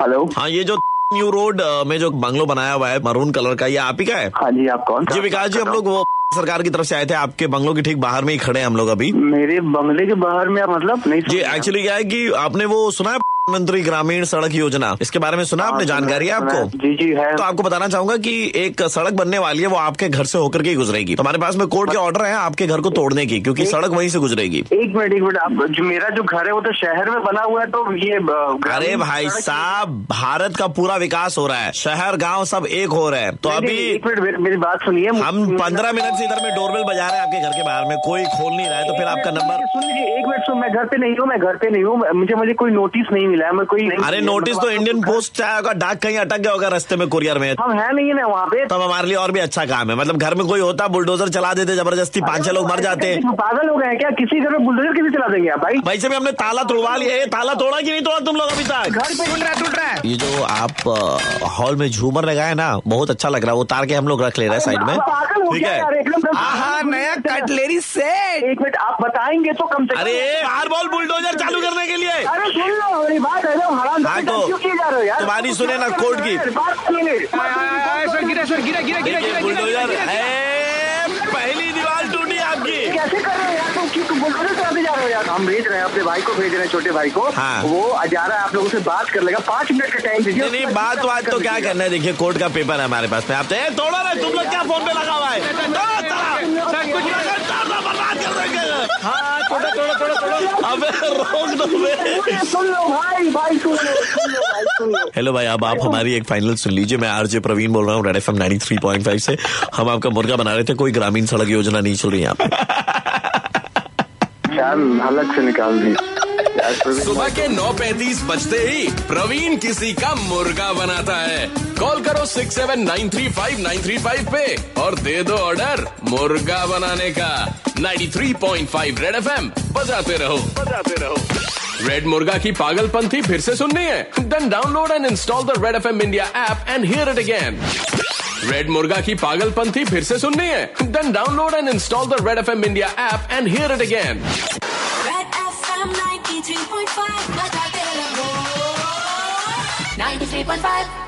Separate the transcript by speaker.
Speaker 1: Hello
Speaker 2: हाँ ये जो न्यू रोड अ, में जो बंगलो बनाया हुआ है मरून कलर का ये आप ही का है
Speaker 1: हाँ जी आप कौन
Speaker 2: जी विकास जी हम लोग वो सरकार की तरफ से आए थे आपके बंगलों के ठीक बाहर में ही खड़े हैं हम लोग अभी
Speaker 1: मेरे बंगले के बाहर में आप मतलब नहीं
Speaker 2: जी
Speaker 1: सुन रहे हैं।
Speaker 2: एक्चुअली क्या है कि आपने वो सुना है प्रधानमंत्री ग्रामीण सड़क योजना इसके बारे में सुना
Speaker 1: हाँ,
Speaker 2: आपने
Speaker 1: सुना है,
Speaker 2: जानकारी है
Speaker 1: सुना है।
Speaker 2: आपको
Speaker 1: जी जी है
Speaker 2: तो आपको बताना चाहूंगा कि एक सड़क बनने वाली है वो आपके घर से होकर के ही गुजरेगी तो हमारे पास में कोर्ट के ऑर्डर है आपके घर को तोड़ने की क्योंकि सड़क वहीं से गुजरेगी
Speaker 1: एक मिनट एक मिनट आप जो मेरा जो घर है वो तो शहर में बना हुआ है तो ये अ,
Speaker 2: अरे
Speaker 1: ग्रामीण
Speaker 2: भाई
Speaker 1: सड़क-
Speaker 2: साहब भारत का पूरा विकास हो रहा है शहर गांव सब एक हो रहे हैं तो
Speaker 1: नहीं, नहीं,
Speaker 2: अभी
Speaker 1: एक मिनट मेरी- मेरी बात सुनिए
Speaker 2: हम
Speaker 1: मुझे-
Speaker 2: पंद्रह मिनट से इधर में डोरबेल बजा रहे हैं आपके घर के बाहर में कोई खोल नहीं रहा है तो फिर आपका नंबर
Speaker 1: सुन लीजिए एक मिनट सुन मैं घर पे नहीं हूँ मैं घर पे नहीं हूँ मैं- मुझे मुझे कोई नोटिस नहीं मिला है मैं कोई नहीं-
Speaker 2: अरे नोटिस तो
Speaker 1: मतलब
Speaker 2: इंडियन
Speaker 1: आप-
Speaker 2: पोस्ट आया होगा डाक कहीं अटक गया होगा रास्ते में कुरियर में
Speaker 1: हम है नहीं ना वहाँ पे
Speaker 2: तब हमारे लिए और भी अच्छा काम है मतलब घर में कोई होता बुलडोजर चला देते जबरदस्ती पांच छह अच्छा लोग मर जाते
Speaker 1: अरे, पागल हो गए हैं क्या किसी घर में बुलडोजर किसी चला देंगे आप भाई
Speaker 2: भाई से भी हमने ताला तोड़वा लिया है ताला तोड़ा कि नहीं तोड़ा तुम लोग अभी तक
Speaker 1: घर पे रहा टूट रहा है
Speaker 2: ये जो आप अ, हॉल में झूमर लगाए ना बहुत अच्छा लग रहा है उतार के हम लोग रख ले रहे हैं साइड में
Speaker 1: अरे, पागल हो
Speaker 2: ठीक
Speaker 1: गया यार, एकदम
Speaker 2: है
Speaker 1: से-
Speaker 2: आहा,
Speaker 3: नया कटलेरी सेट
Speaker 1: एक मिनट आप बताएंगे तो कम से कम-
Speaker 2: अरे हर बॉल बुलडोजर चालू करने के लिए
Speaker 1: अरे सुन लो मेरी बात है ना हराम
Speaker 2: हाँ, तो
Speaker 1: क्यों किए जा रहे हो यार
Speaker 2: तुम्हारी सुने ना कोर्ट की।
Speaker 1: बात सुनिए
Speaker 3: सर गिरा सर गिरा गिरा गिरा
Speaker 2: देखिए
Speaker 3: गिरा
Speaker 2: बुलडोजर ए, पहली दीवार टूटी आपकी
Speaker 1: कैसे कर रहे हो यार तुम क्यों बुलडोजर चलाते जा रहे हो यार हम भेज रहे हैं अपने भाई को भेज रहे हैं छोटे भाई को
Speaker 2: हाँ।
Speaker 1: वो आ जा रहा है आप लोगों से बात कर लेगा पाँच मिनट का टाइम दीजिए
Speaker 2: नहीं नहीं बात बात तो क्या करना है देखिए कोर्ट का पेपर है हमारे पास में आप तो ए, तोड़ो ना तुम लोग क्या फोन पे लगा हुआ है तोड़ो तोड़ो।
Speaker 3: सर कुछ
Speaker 2: पूरा घर ताला बर्बाद कर देंगे।
Speaker 3: हाँ थोड़ा थोड़ा थोड़ा थोड़ा
Speaker 2: अबे रोक दो बे।
Speaker 1: अरे, सुन लो भाई भाई सुन लो सुन लो भाई सुन लो
Speaker 2: हेलो भाई अब आप हमारी एक फाइनल सुन लीजिए मैं आरजे प्रवीण बोल रहा हूँ red F M nine three point five से हम आपका मुर्गा बना रहे थे कोई ग्रामीण सड़क योजना नहीं चल रही यहाँ पे
Speaker 1: यार हालत से निकाल दी यार, सुन-
Speaker 4: सुबह के 9:35 बजते ही प्रवीण किसी का मुर्गा बनाता है कॉल करो 6793593 पे और दे दो ऑर्डर मुर्गा बनाने का 93.5 रेड एफएम बजाते रहो बजाते रहो रेड मुर्गा की पागलपंथी फिर से सुननी है then download and install the red FM India app and hear it again red मुर्गा की पागलपंथी फिर से सुननी है then download and install the red FM India app and hear it again
Speaker 5: Red FM 93.5 बजाते रहो 93.5